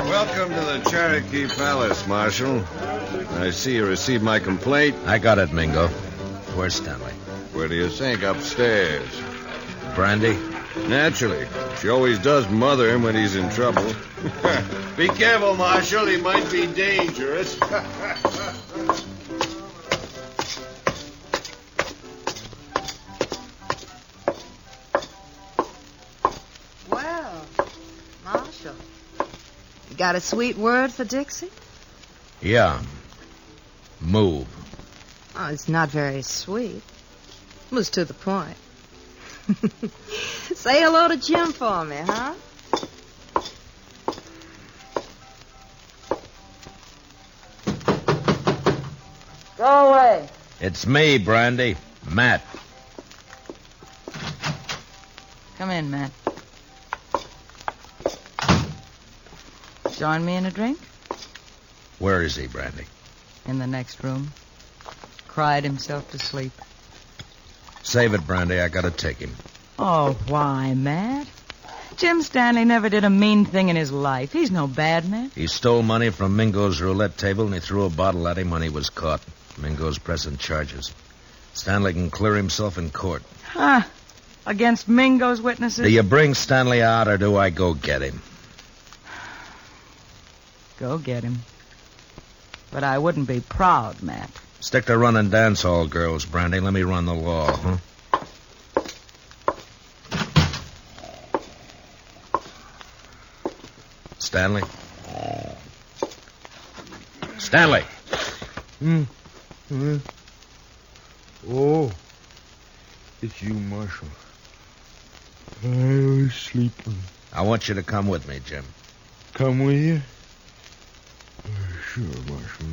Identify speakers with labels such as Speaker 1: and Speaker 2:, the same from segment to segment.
Speaker 1: Welcome to the Cherokee Palace, Marshal. I see you received my complaint.
Speaker 2: I got it, Mingo. Where's Stanley?
Speaker 1: Where do you think? Upstairs.
Speaker 2: Brandy?
Speaker 1: Naturally. She always does mother him when he's in trouble. be careful, Marshal. He might be dangerous.
Speaker 3: Well, Marshal, you got a sweet word for Dixie?
Speaker 2: Yeah. Move.
Speaker 3: Oh, it's not very sweet. It was to the point. Say hello to Jim for me, huh? Go away.
Speaker 2: It's me, Brandy. Matt.
Speaker 3: Come in, Matt. Join me in a drink?
Speaker 2: Where is he, Brandy?
Speaker 3: In the next room. Cried himself to sleep.
Speaker 2: Save it, Brandy. I gotta take him.
Speaker 4: Oh, why, Matt? Jim Stanley never did a mean thing in his life. He's no bad man.
Speaker 2: He stole money from Mingo's roulette table and he threw a bottle at him when he was caught. Mingo's pressing charges. Stanley can clear himself in court.
Speaker 4: Huh. Against Mingo's witnesses.
Speaker 2: Do you bring Stanley out or do I go get him?
Speaker 4: Go get him. But I wouldn't be proud, Matt.
Speaker 2: Stick to running dance hall girls, Brandy. Let me run the law, huh? Stanley? Stanley!
Speaker 5: Mm. Oh, it's you, Marshal. I was sleeping.
Speaker 2: I want you to come with me, Jim.
Speaker 5: Come with you? Uh, Sure, Marshal.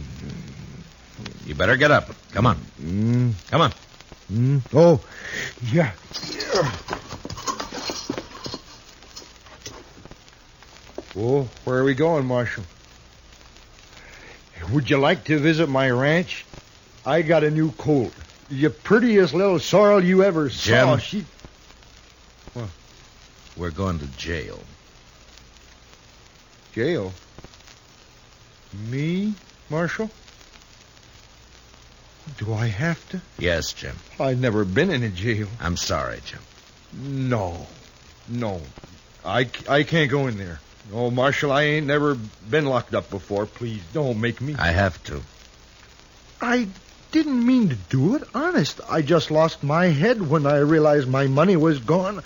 Speaker 2: You better get up. Come on.
Speaker 5: Mm,
Speaker 2: Come on.
Speaker 5: mm. Oh, yeah. Oh, where are we going, Marshal? Would you like to visit my ranch? I got a new colt. The prettiest little sorrel you ever saw.
Speaker 2: Jim.
Speaker 5: She
Speaker 2: We're going to jail.
Speaker 5: Jail? Me, Marshal? Do I have to?
Speaker 2: Yes, Jim.
Speaker 5: I've never been in a jail.
Speaker 2: I'm sorry, Jim.
Speaker 5: No. No. I, c- I can't go in there. Oh, Marshal, I ain't never been locked up before. Please don't make me.
Speaker 2: I have to.
Speaker 5: I didn't mean to do it. Honest. I just lost my head when I realized my money was gone.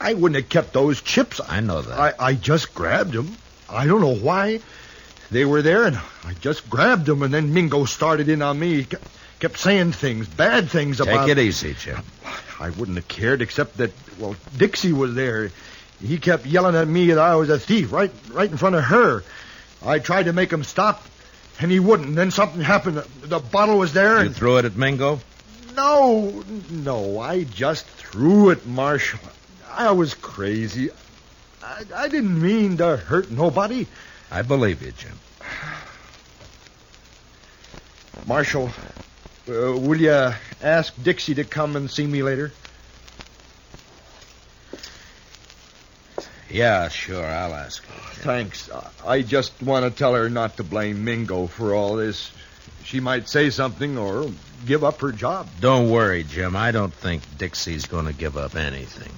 Speaker 5: I wouldn't have kept those chips.
Speaker 2: I know that.
Speaker 5: I, I just grabbed them. I don't know why. They were there, and I just grabbed them, and then Mingo started in on me. He kept, kept saying things, bad things
Speaker 2: Take
Speaker 5: about.
Speaker 2: it easy, Jim.
Speaker 5: I wouldn't have cared, except that, well, Dixie was there. He kept yelling at me that I was a thief, right, right in front of her. I tried to make him stop, and he wouldn't. Then something happened. The bottle was there,
Speaker 2: You
Speaker 5: and
Speaker 2: threw it at Mingo?
Speaker 6: No, no, I just threw it, Marshal. I was crazy. I, I didn't mean to hurt nobody.
Speaker 5: I believe you, Jim.
Speaker 6: Marshal, uh, will you ask Dixie to come and see me later?
Speaker 5: Yeah, sure, I'll ask.
Speaker 6: Thanks. I- I just want to tell her not to blame Mingo for all this. She might say something or give up her job.
Speaker 5: Don't worry, Jim. I don't think Dixie's going to give up anything.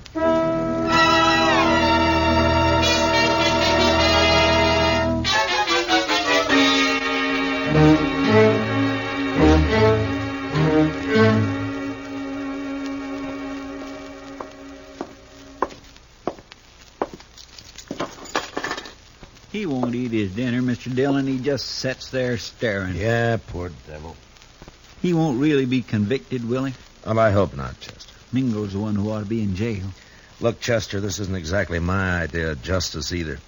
Speaker 7: He won't eat his dinner, Mr. Dillon. He just sits there staring.
Speaker 5: Yeah, poor devil.
Speaker 7: He won't really be convicted, will he?
Speaker 5: Well, I hope not, Chester.
Speaker 7: Mingo's the one who ought to be in jail.
Speaker 5: Look, Chester, this isn't exactly my idea of justice either.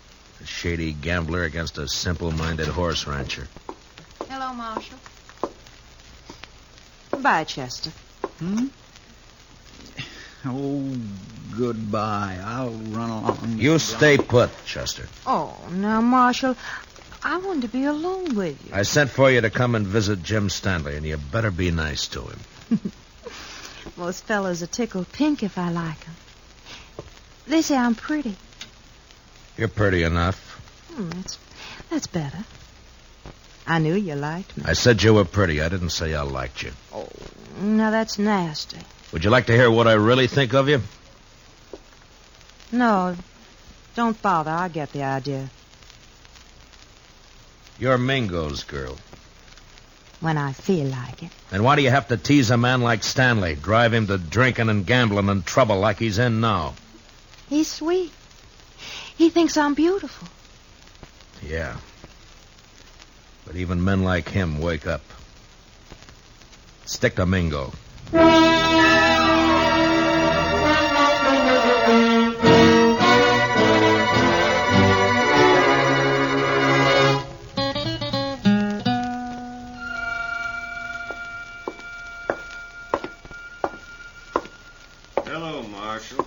Speaker 5: A shady gambler against a simple minded horse rancher.
Speaker 3: Hello, Marshal. Goodbye, Chester.
Speaker 7: Hmm? Oh, goodbye. I'll run along.
Speaker 5: You stay put, Chester.
Speaker 3: Oh, now, Marshal, I wanted to be alone with you.
Speaker 5: I sent for you to come and visit Jim Stanley, and you better be nice to him.
Speaker 3: Most fellas are tickled pink if I like 'em. They say I'm pretty.
Speaker 5: You're pretty enough.
Speaker 3: Hmm, that's, that's better. I knew you liked me.
Speaker 5: I said you were pretty. I didn't say I liked you.
Speaker 3: Oh, now that's nasty.
Speaker 5: Would you like to hear what I really think of you?
Speaker 3: No, don't bother. I get the idea.
Speaker 5: You're Mingo's girl.
Speaker 3: When I feel like it.
Speaker 5: Then why do you have to tease a man like Stanley, drive him to drinking and gambling and trouble like he's in now?
Speaker 3: He's sweet. He thinks I'm beautiful.
Speaker 5: Yeah. But even men like him wake up. Stick to Mingo.
Speaker 2: Hello, Marshal.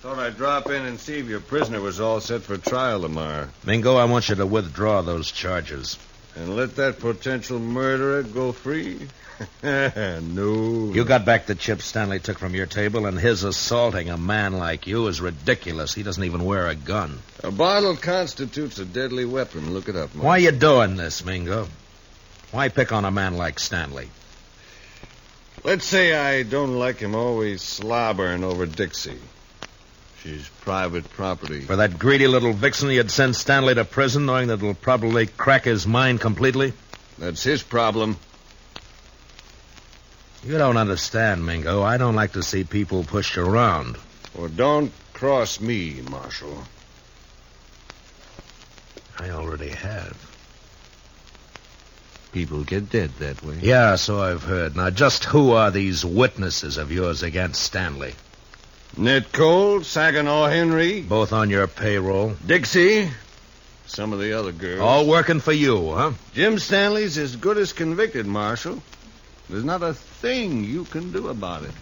Speaker 2: Thought I'd drop in and see if your prisoner was all set for trial tomorrow.
Speaker 5: Mingo, I want you to withdraw those charges.
Speaker 2: And let that potential murderer go free? no.
Speaker 5: You got back the chips Stanley took from your table, and his assaulting a man like you is ridiculous. He doesn't even wear a gun.
Speaker 2: A bottle constitutes a deadly weapon. Look it up, Marshal.
Speaker 5: Why you doing this, Mingo? Why pick on a man like Stanley?
Speaker 2: Let's say I don't like him always slobbering over Dixie. She's private property.
Speaker 5: For that greedy little vixen, you'd send Stanley to prison, knowing that it'll probably crack his mind completely?
Speaker 2: That's his problem.
Speaker 5: You don't understand, Mingo. I don't like to see people pushed around.
Speaker 2: Or don't cross me, Marshal.
Speaker 5: I already have.
Speaker 2: People get dead that way.
Speaker 5: Yeah, so I've heard. Now, just who are these witnesses of yours against Stanley?
Speaker 2: Ned Cole, Saginaw Henry,
Speaker 5: Both on your payroll.
Speaker 2: Dixie, some of the other girls.
Speaker 5: All working for you, huh?
Speaker 2: Jim Stanley's as good as convicted, Marshal. There's not a thing you can do about it.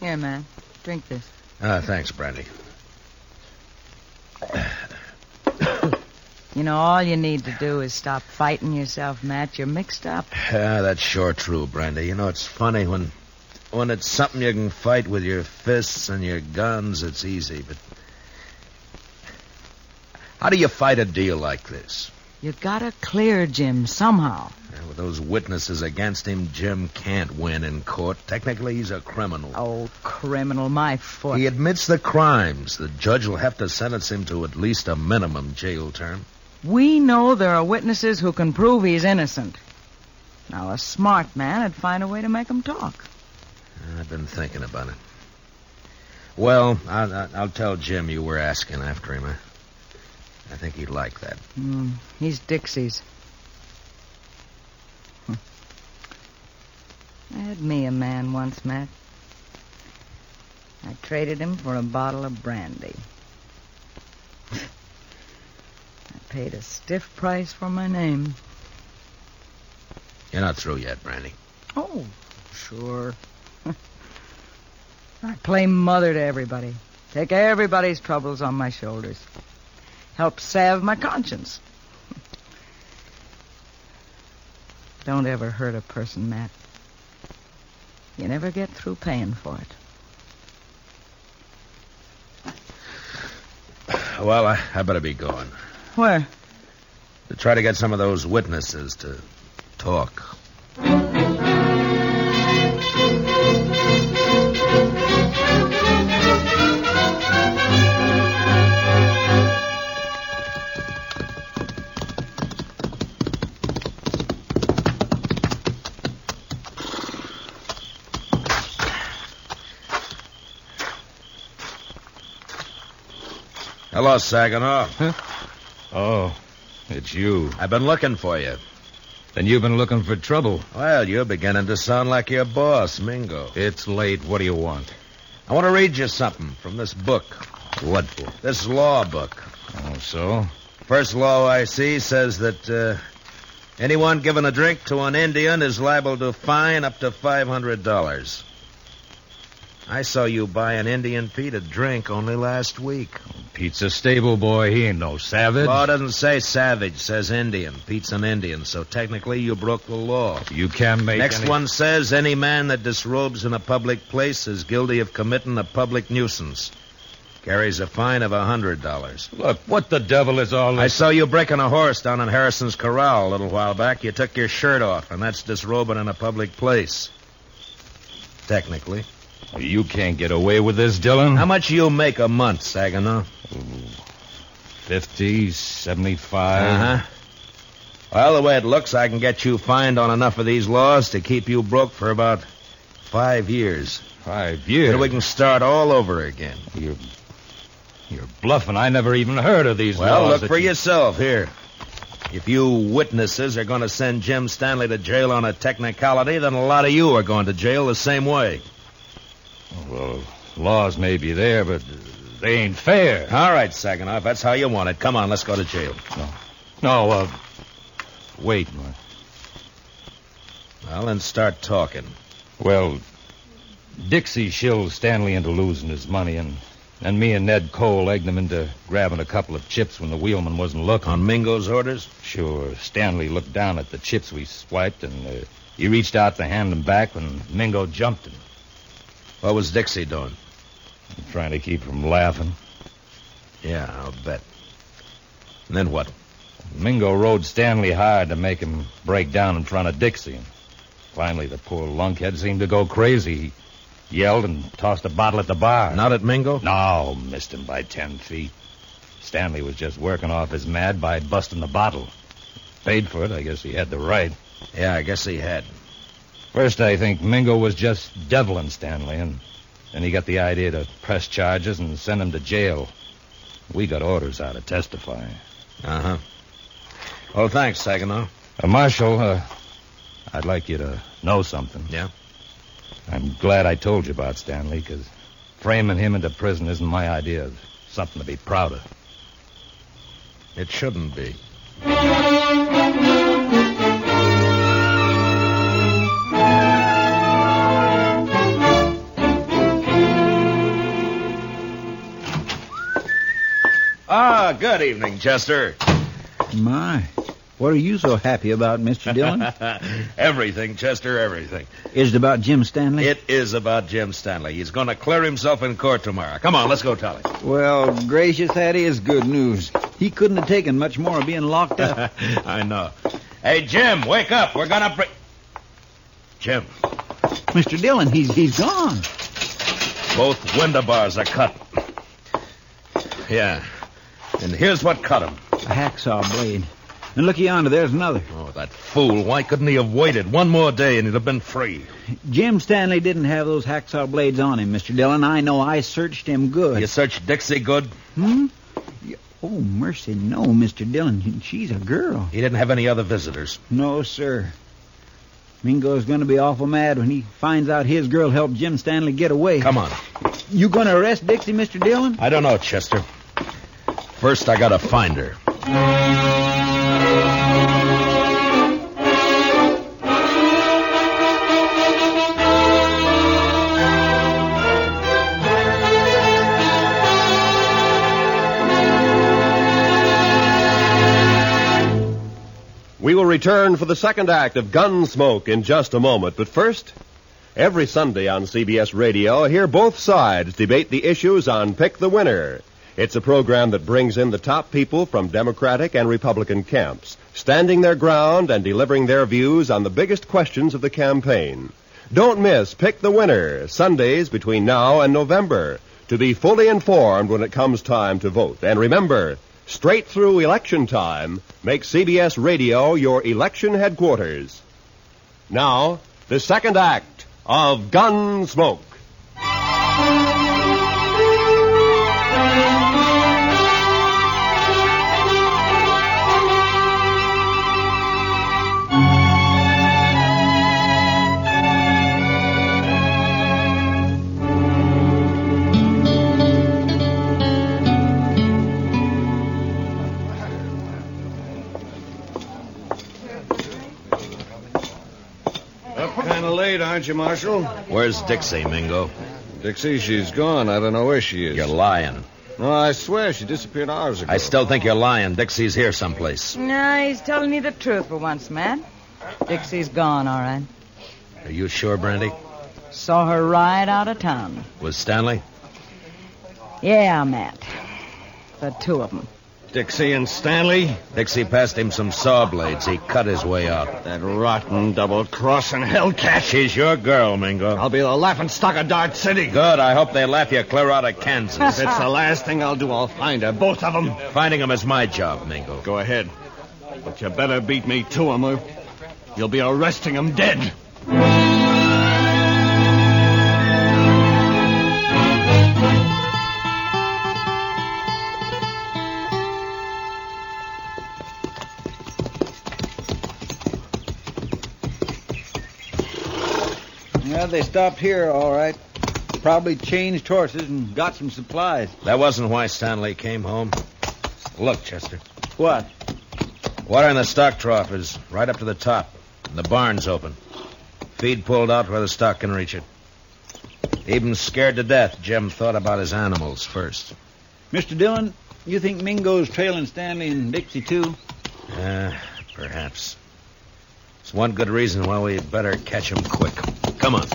Speaker 8: Here, man. Drink this.
Speaker 5: Ah, thanks, Brandy.
Speaker 8: You know, all you need to do is stop fighting yourself, Matt. You're mixed up.
Speaker 5: Yeah, Ah, that's sure true, Brandy. You know, it's funny when when it's something you can fight with your fists and your guns, it's easy, but how do you fight a deal like this?
Speaker 8: You gotta clear Jim somehow.
Speaker 5: Yeah, with those witnesses against him, Jim can't win in court. Technically, he's a criminal.
Speaker 8: Oh, criminal, my foot.
Speaker 5: He admits the crimes. The judge will have to sentence him to at least a minimum jail term.
Speaker 8: We know there are witnesses who can prove he's innocent. Now, a smart man would find a way to make him talk.
Speaker 5: I've been thinking about it. Well, I'll, I'll- I'll tell Jim you were asking after him. I, I think he'd like that.
Speaker 8: Hmm, he's Dixie's. Hmm. I had me a man once, Matt. I traded him for a bottle of brandy. I paid a stiff price for my name.
Speaker 5: You're not through yet, Brandy.
Speaker 8: Oh, sure. I play mother to everybody. Take everybody's troubles on my shoulders. Help salve my conscience. Don't ever hurt a person, Matt. You never get through paying for it.
Speaker 5: Well, I, I better be going.
Speaker 8: Where?
Speaker 5: To try to get some of those witnesses to talk. Hello, Saginaw.
Speaker 2: Oh, it's you.
Speaker 5: I've been looking for you.
Speaker 2: Then you've been looking for trouble.
Speaker 5: Well, you're beginning to sound like your boss, Mingo.
Speaker 2: It's late. What do you want?
Speaker 5: I want to read you something from this book,
Speaker 2: What for?
Speaker 5: this law book.
Speaker 2: Oh, so?
Speaker 5: First law I see says that uh, anyone giving a drink to an Indian is liable to fine up to $500. I saw you buy an Indian Pete a drink only last week.
Speaker 2: Pete's a stable boy. He ain't no savage.
Speaker 5: Law doesn't say savage, says Indian. Pete's an Indian, so technically you broke the law.
Speaker 2: You can't make
Speaker 5: Next
Speaker 2: any-
Speaker 5: one says any man that disrobes in a public place is guilty of committing a public nuisance. Carries a fine of a hundred dollars.
Speaker 2: Look, what the devil is all
Speaker 5: I
Speaker 2: this?
Speaker 5: saw you breaking a horse down in Harrison's Corral a little while back. You took your shirt off, and that's disrobing in a public place. Technically.
Speaker 2: You can't get away with this, Dylan.
Speaker 5: How much you make a month, Saginaw?
Speaker 2: Fifty, seventy-five.
Speaker 5: huh. Uh-huh. Well, the way it looks, I can get you fined on enough of these laws to keep you broke for about five years.
Speaker 2: Five years.
Speaker 5: Then we can start all over again.
Speaker 2: You're, you're bluffing. I never even heard of these
Speaker 5: Well,
Speaker 2: laws
Speaker 5: look
Speaker 2: that
Speaker 5: for
Speaker 2: you-
Speaker 5: yourself here. If you witnesses are going to send Jim Stanley to jail on a technicality, then a lot of you are going to jail the same way.
Speaker 2: Well, laws may be there, but uh, they ain't fair.
Speaker 5: All right, Saginaw, if that's how you want it, come on, let's go to jail.
Speaker 2: No, uh, wait. uh,
Speaker 5: Well, then start talking.
Speaker 2: Well, Dixie shilled Stanley into losing his money, and and me and Ned Cole egged him into grabbing a couple of chips when the wheelman wasn't looking.
Speaker 5: On Mingo's orders?
Speaker 2: Sure, Stanley looked down at the chips we swiped, and uh, he reached out to hand them back when Mingo jumped him,
Speaker 5: What was Dixie doing?
Speaker 2: trying to keep from laughing.
Speaker 5: Yeah, I'll bet. And then what?
Speaker 2: Mingo rode Stanley hard to make him break down in front of Dixie. And finally, the poor lunkhead seemed to go crazy. He yelled and tossed a bottle at the bar.
Speaker 5: Not at Mingo?
Speaker 2: No, missed him by ten feet. Stanley was just working off his mad by busting the bottle. Paid for it. I guess he had the right.
Speaker 5: Yeah, I guess he had.
Speaker 2: First, I think Mingo was just deviling Stanley, and then he got the idea to press charges and send him to jail. We got orders out to testify.
Speaker 5: Uh huh. Well, Oh, thanks, Saginaw.
Speaker 2: Uh, Marshal, uh, I'd like you to know something.
Speaker 5: Yeah?
Speaker 2: I'm glad I told you about Stanley, because framing him into prison isn't my idea of something to be proud of.
Speaker 5: It shouldn't be. Ah, good evening, Chester.
Speaker 7: My. What are you so happy about, Mr. Dillon?
Speaker 5: everything, Chester, everything.
Speaker 7: Is it about Jim Stanley?
Speaker 5: It is about Jim Stanley. He's going to clear himself in court tomorrow. Come on, let's go tell him.
Speaker 7: Well, gracious, that is good news. He couldn't have taken much more of being locked up.
Speaker 5: I know. Hey, Jim, wake up. We're going to bring. Jim,
Speaker 7: Mr. Dillon, he's he's gone.
Speaker 5: both window bars are cut. Yeah. And here's what cut him.
Speaker 7: A hacksaw blade. And looky yonder, there's another.
Speaker 5: Oh, that fool. Why couldn't he have waited one more day and he'd have been free?
Speaker 7: Jim Stanley didn't have those hacksaw blades on him, Mr. Dillon. I know I searched him good.
Speaker 5: You searched Dixie good?
Speaker 7: Hmm? Y- Oh, mercy, no, Mr. Dillon. She's a girl.
Speaker 5: He didn't have any other visitors.
Speaker 7: No, sir. Mingo's gonna be awful mad when he finds out his girl helped Jim Stanley get away.
Speaker 5: Come on.
Speaker 7: You gonna arrest Dixie, Mr. Dillon?
Speaker 5: I don't know, Chester. First, I gotta find her.
Speaker 2: We will return for the second act of Gunsmoke in just a moment, but first, every Sunday on CBS Radio, hear both sides debate the issues on Pick the Winner. It's a program that brings in the top people from Democratic and Republican camps, standing their ground and delivering their views on the biggest questions of the campaign. Don't miss Pick the Winner, Sundays between now and November, to be fully informed when it comes time to vote. And remember, straight through election time, make CBS Radio your election headquarters. Now, the second act of Gunsmoke.
Speaker 9: Up kind of late, aren't you, Marshal?
Speaker 5: Where's Dixie, Mingo?
Speaker 9: Dixie, she's gone. I don't know where she is.
Speaker 5: You're lying.
Speaker 9: No, I swear she disappeared hours ago.
Speaker 5: I still think you're lying. Dixie's here someplace.
Speaker 8: Nah, he's telling you the truth for once, Matt. Dixie's gone, all right.
Speaker 5: Are you sure, Brandy?
Speaker 8: Saw her ride out of town.
Speaker 5: Was Stanley?
Speaker 8: Yeah, Matt. The two of them.
Speaker 9: Dixie and Stanley?
Speaker 5: Dixie passed him some saw blades. He cut his way out.
Speaker 9: That rotten double-crossing hellcat.
Speaker 5: She's your girl, Mingo.
Speaker 9: I'll be the laughing stock of Dart City.
Speaker 5: Good. I hope they laugh you clear out of Kansas.
Speaker 9: If it's the last thing I'll do, I'll find her. Both of them.
Speaker 5: Finding him is my job, Mingo.
Speaker 9: Go ahead. But you better beat me to 'em, or you'll be arresting 'em dead.
Speaker 7: Well, they stopped here, all right. Probably changed horses and got some supplies.
Speaker 5: That wasn't why Stanley came home. Look, Chester.
Speaker 7: What?
Speaker 5: Water in the stock trough is right up to the top. And the barn's open. Feed pulled out where the stock can reach it. Even scared to death, Jim thought about his animals first.
Speaker 7: Mr. Dillon, you think Mingo's trailing Stanley and Dixie, too?
Speaker 5: Uh, perhaps. It's one good reason why we better catch him quick. Come on.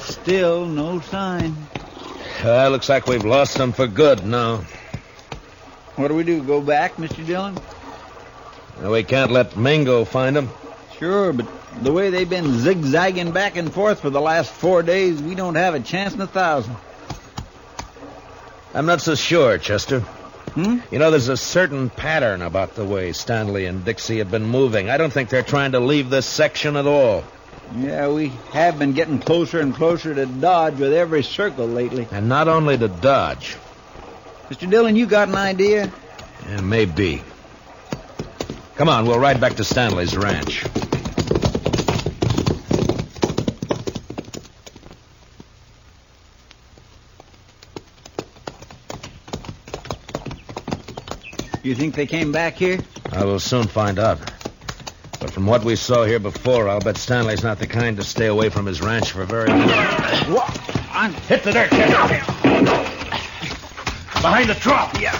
Speaker 7: Still no sign.
Speaker 5: Uh, looks like we've lost them for good now.
Speaker 7: What do we do? Go back, Mr. Dillon?
Speaker 5: Now, We can't let Mingo find them.
Speaker 7: Sure, but the way they've been zigzagging back and forth for the last four days, we don't have a chance in a thousand.
Speaker 5: I'm not so sure, Chester.
Speaker 7: Hmm?
Speaker 5: You know, there's a certain pattern about the way Stanley and Dixie have been moving. I don't think they're trying to leave this section at all.
Speaker 7: Yeah, we have been getting closer and closer to Dodge with every circle lately.
Speaker 5: And not only to Dodge.
Speaker 7: Mr. Dillon, you got an idea?
Speaker 5: Yeah, eh, maybe. Come on, we'll ride back to Stanley's ranch.
Speaker 7: You think they came back here?
Speaker 5: I will soon find out. But from what we saw here before, I'll bet Stanley's not the kind to stay away from his ranch for very long.
Speaker 7: What? I'm...
Speaker 5: Hit the dirt, Chester. Behind the trough. Yeah.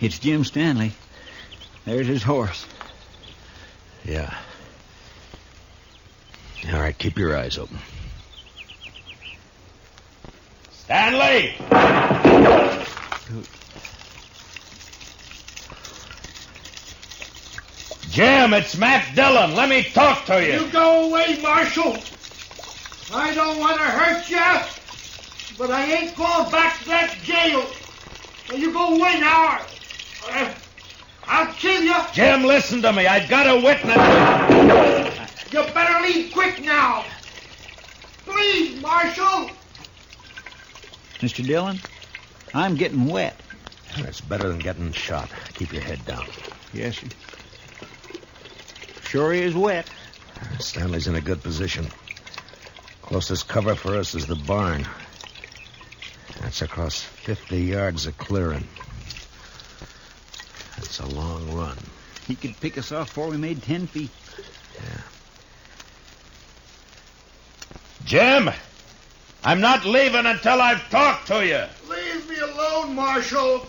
Speaker 7: It's Jim Stanley. There's his horse.
Speaker 5: Yeah. All right, keep your eyes open. Stanley! Jim, it's Matt Dillon. Let me talk to you.
Speaker 10: go away, Marshal. I don't want to hurt you, but I ain't going back to that jail. You go away now. I'll kill you.
Speaker 5: Jim, listen to me. I've got a witness.
Speaker 11: You better leave quick now. Please, Marshal.
Speaker 7: Mr. Dillon, I'm getting wet.
Speaker 5: It's better than getting shot. Keep your head down.
Speaker 7: Yes, sir. Sure is wet.
Speaker 5: Stanley's in a good position. Closest cover for us is the barn. That's across 50 yards of clearing. That's a long run.
Speaker 7: He could pick us off before we made 10 feet.
Speaker 5: Yeah.
Speaker 2: Jim! I'm not leaving until I've talked to you.
Speaker 11: Leave me alone, Marshal.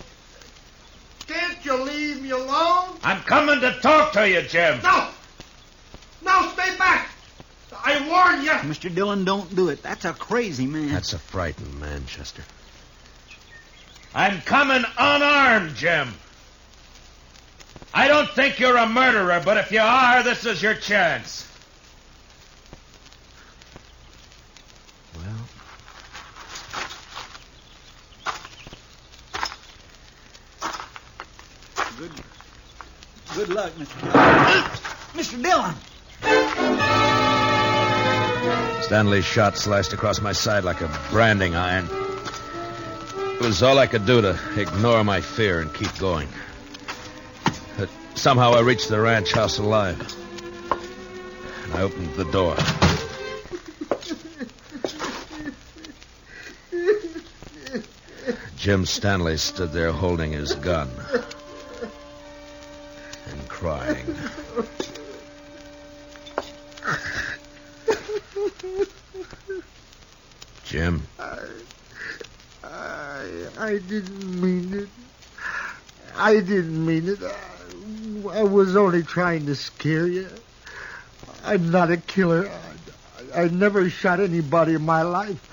Speaker 11: Can't you leave me alone?
Speaker 2: I'm coming to talk to you, Jim.
Speaker 11: No. No, stay back. I warn you.
Speaker 7: Mr. Dillon, don't do it. That's a crazy man.
Speaker 5: That's a frightened man, Chester.
Speaker 2: I'm coming unarmed, Jim. I don't think you're a murderer, but if you are, this is your chance.
Speaker 5: Well,
Speaker 7: Good, good luck, Mr. Dillon. Mr. Dillon!
Speaker 5: Stanley's shot sliced across my side like a branding iron. It was all I could do to ignore my fear and keep going. But somehow I reached the ranch house alive. And I opened the door. Jim Stanley stood there holding his gun and crying. Jim,
Speaker 12: I, I didn't mean it. I didn't mean it. I, I was only trying to scare you. I'm not a killer. I, I never shot anybody in my life.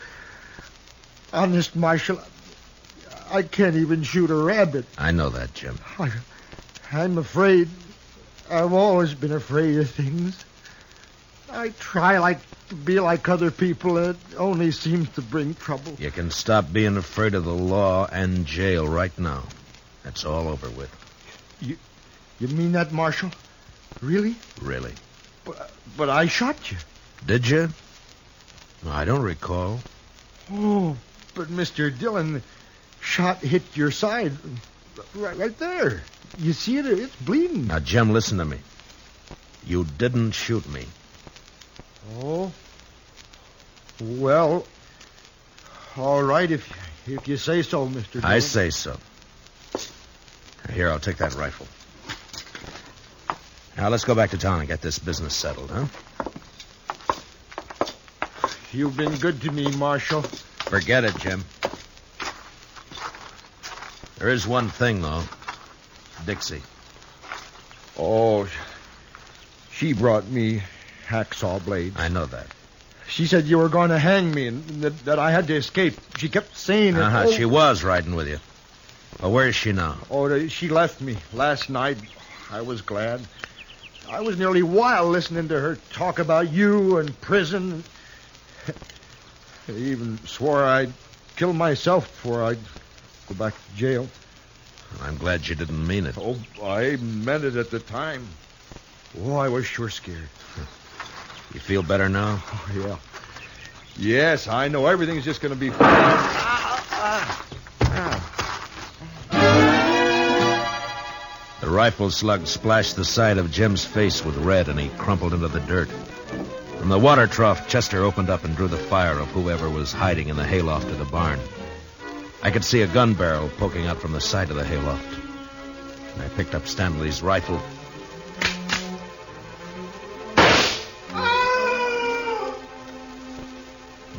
Speaker 12: Honest, Marshal, I can't even shoot a rabbit.
Speaker 5: I know that, Jim.
Speaker 12: I, I'm afraid. I've always been afraid of things. I try like to be like other people, and it only seems to bring trouble.
Speaker 5: You can stop being afraid of the law and jail right now. That's all over with,
Speaker 12: You, you mean that, Marshal? Really?
Speaker 5: really.
Speaker 12: But, but I shot you.
Speaker 5: Did you? I don't recall.
Speaker 12: Oh, but Mr. Dillon, shot hit your side, right, right there. You see it? It's bleeding.
Speaker 5: Now, Jim, listen to me. You didn't shoot me.
Speaker 12: Oh. Well, all right if if you say so, Mr. Dillon.
Speaker 5: I say so. Here, I'll take that rifle. Now, let's go back to town and get this business settled, huh?
Speaker 12: You've been good to me, Marshal.
Speaker 5: Forget it, Jim. There is one thing, though. Dixie.
Speaker 12: Oh, sh- she brought me hacksaw blades.
Speaker 5: I know that.
Speaker 12: She said you were going to hang me and that, that I had to escape. She kept saying it.
Speaker 5: Uh-huh.
Speaker 12: Oh,
Speaker 5: She was riding with you. Well, where is she now?
Speaker 12: oh, she left me last night. I was glad. I was nearly wild listening to her talk about you and prison. I even swore I'd kill myself before I'd go back to jail.
Speaker 5: I'm glad you didn't mean it.
Speaker 12: Oh, I meant it at the time. Oh, I was sure scared.
Speaker 5: You feel better now?
Speaker 12: Oh, yeah. Yes, I know. Everything's just going to be fine.
Speaker 5: The rifle slug splashed the side of Jim's face with red, and he crumpled into the dirt. From the water trough, Chester opened up and drew the fire of whoever was hiding in the hayloft of the barn. I could see a gun barrel poking out from the side of the hayloft. And I picked up Stanley's rifle.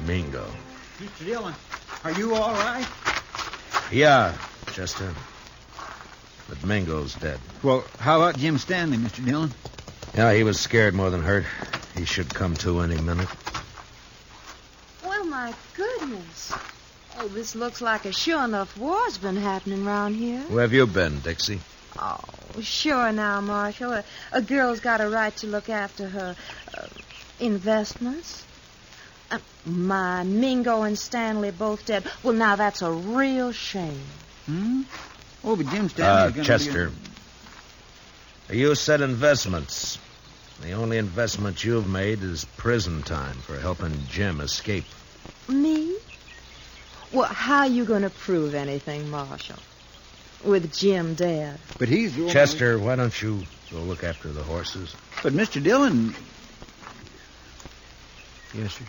Speaker 5: Mingo.
Speaker 7: Mr. Dillon, are you all right?
Speaker 5: Yeah, Chester. But Mingo's dead.
Speaker 7: Well, how about Jim Stanley, Mr. Dillon?
Speaker 5: Yeah, he was scared more than hurt. He should come to any minute.
Speaker 3: Well, my goodness. Oh, this looks like a sure enough war's been happening round here.
Speaker 5: Where have you been, Dixie?
Speaker 3: Oh, sure now, Marshal. A, a girl's got a right to look after her uh, investments. Uh, my Mingo and Stanley both dead. Well, now that's a real shame.
Speaker 7: Hmm? Oh, but Jim
Speaker 13: Ah,
Speaker 5: Uh,
Speaker 7: Stanley's going to
Speaker 5: Chester. You said investments.
Speaker 13: The only investment you've made is prison time for helping Jim escape.
Speaker 3: Me? Well, how are you going to prove anything, Marshal? With Jim dead.
Speaker 14: But he's the only-
Speaker 13: Chester, why don't you go look after the horses?
Speaker 7: But Mr. Dillon,
Speaker 13: Yes, sir.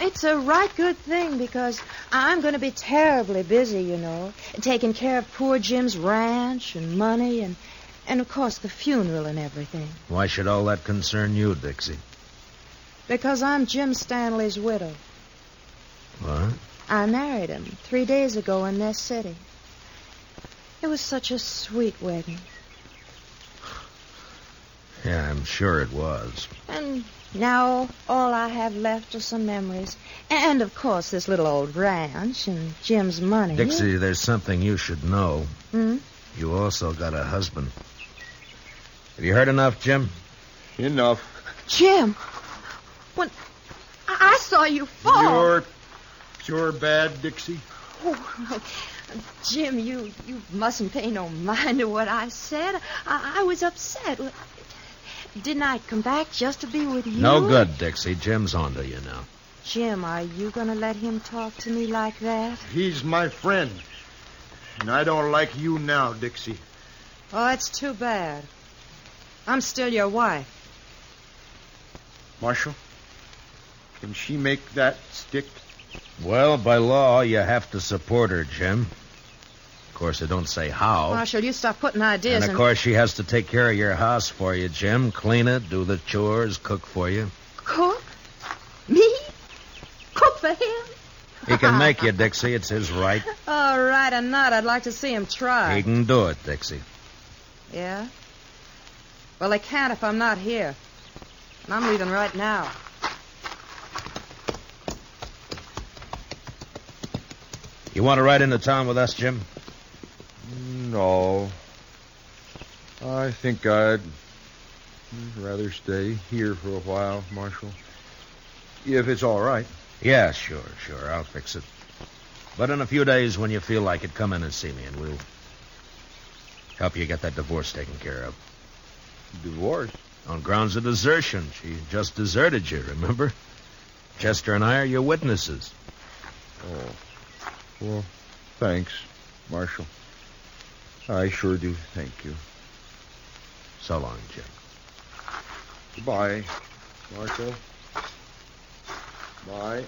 Speaker 3: It's a right good thing because I'm going to be terribly busy, you know, taking care of poor Jim's ranch and money and, and of course, the funeral and everything.
Speaker 13: Why should all that concern you, Dixie?
Speaker 3: Because I'm Jim Stanley's widow.
Speaker 13: What?
Speaker 3: I married him three days ago in this city. It was such a sweet wedding.
Speaker 13: Yeah, I'm sure it was.
Speaker 3: And now all I have left are some memories. And, of course, this little old ranch and Jim's money.
Speaker 13: Dixie, there's something you should know.
Speaker 3: Hmm?
Speaker 13: You also got a husband. Have you heard enough, Jim?
Speaker 14: Enough.
Speaker 3: Jim! When I, I saw you fall.
Speaker 14: You're, you're bad, Dixie.
Speaker 3: Oh, Jim, you, you mustn't pay no mind to what I said. I, I was upset. Didn't I come back just to be with you?
Speaker 13: No good, Dixie. Jim's onto you now.
Speaker 3: Jim, are you going to let him talk to me like that?
Speaker 14: He's my friend. And I don't like you now, Dixie.
Speaker 3: Oh, it's too bad. I'm still your wife.
Speaker 14: Marshal, can she make that stick?
Speaker 13: Well, by law, you have to support her, Jim. Of course, they don't say how.
Speaker 3: Marshal, you stop putting ideas
Speaker 13: Oh. and of
Speaker 3: in.
Speaker 13: course, she has to take care of your house for you, Jim. Clean it, do the chores, cook for you.
Speaker 3: Cook? Me? Cook for him?
Speaker 13: He can make you, Dixie. It's his right.
Speaker 3: All right or not, I'd like to see him try.
Speaker 13: He can do it, Dixie.
Speaker 3: Yeah? Well, they can't if I'm not here. And I'm leaving right now.
Speaker 13: You want to ride into town with us, Jim?
Speaker 14: No. I think I'd rather stay here for a while, Marshal. If it's all right.
Speaker 13: Yeah, sure, sure. I'll fix it. But in a few days, when you feel like it, come in and see me, and we'll help you get that divorce taken care of.
Speaker 14: Divorce?
Speaker 13: On grounds of desertion. She just deserted you, remember? Chester and I are your witnesses.
Speaker 14: Oh. Well, thanks, Marshal. I sure do thank you.
Speaker 13: So long, Jim.
Speaker 14: Goodbye, Marshal. Bye.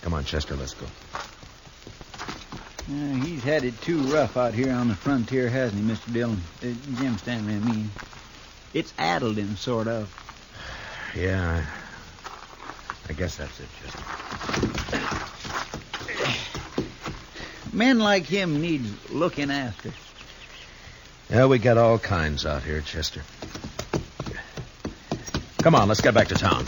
Speaker 13: Come on, Chester, let's go.
Speaker 7: uh, he's had it too rough out here on the frontier, hasn't he, Mr. Dillon? Uh, Jim Stanley, I mean. It's addled him, sort of.
Speaker 13: Yeah, I, I guess that's it, Chester.
Speaker 7: Men like him needs looking after.
Speaker 13: Yeah, we got all kinds out here, Chester. Come on, let's get back to town.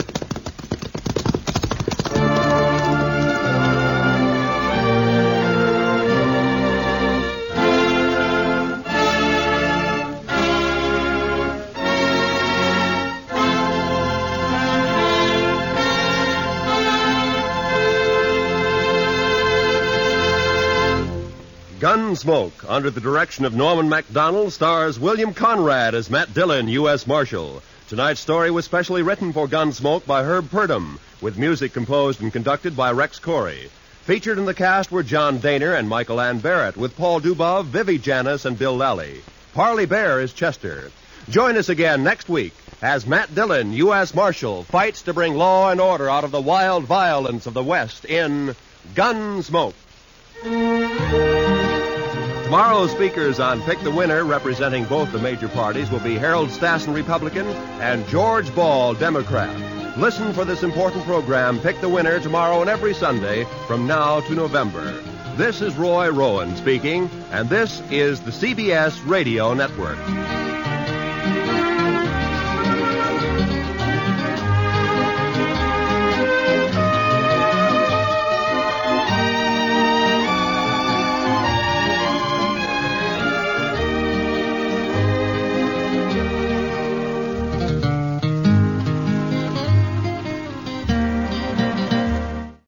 Speaker 2: Gunsmoke, under the direction of Norman MacDonald, stars William Conrad as Matt Dillon, U.S. Marshal. Tonight's story was specially written for Gunsmoke by Herb Purdom, with music composed and conducted by Rex Corey. Featured in the cast were John Daner and Michael Ann Barrett, with Paul Dubov, Vivi Janis, and Bill Lally. Parley Bear is Chester. Join us again next week as Matt Dillon, U.S. Marshal, fights to bring law and order out of the wild violence of the West in Gunsmoke. Tomorrow's speakers on Pick the Winner, representing both the major parties, will be Harold Stassen, Republican, and George Ball, Democrat. Listen for this important program, Pick the Winner, tomorrow and every Sunday from now to November. This is Roy Rowan speaking, and this is the CBS Radio Network.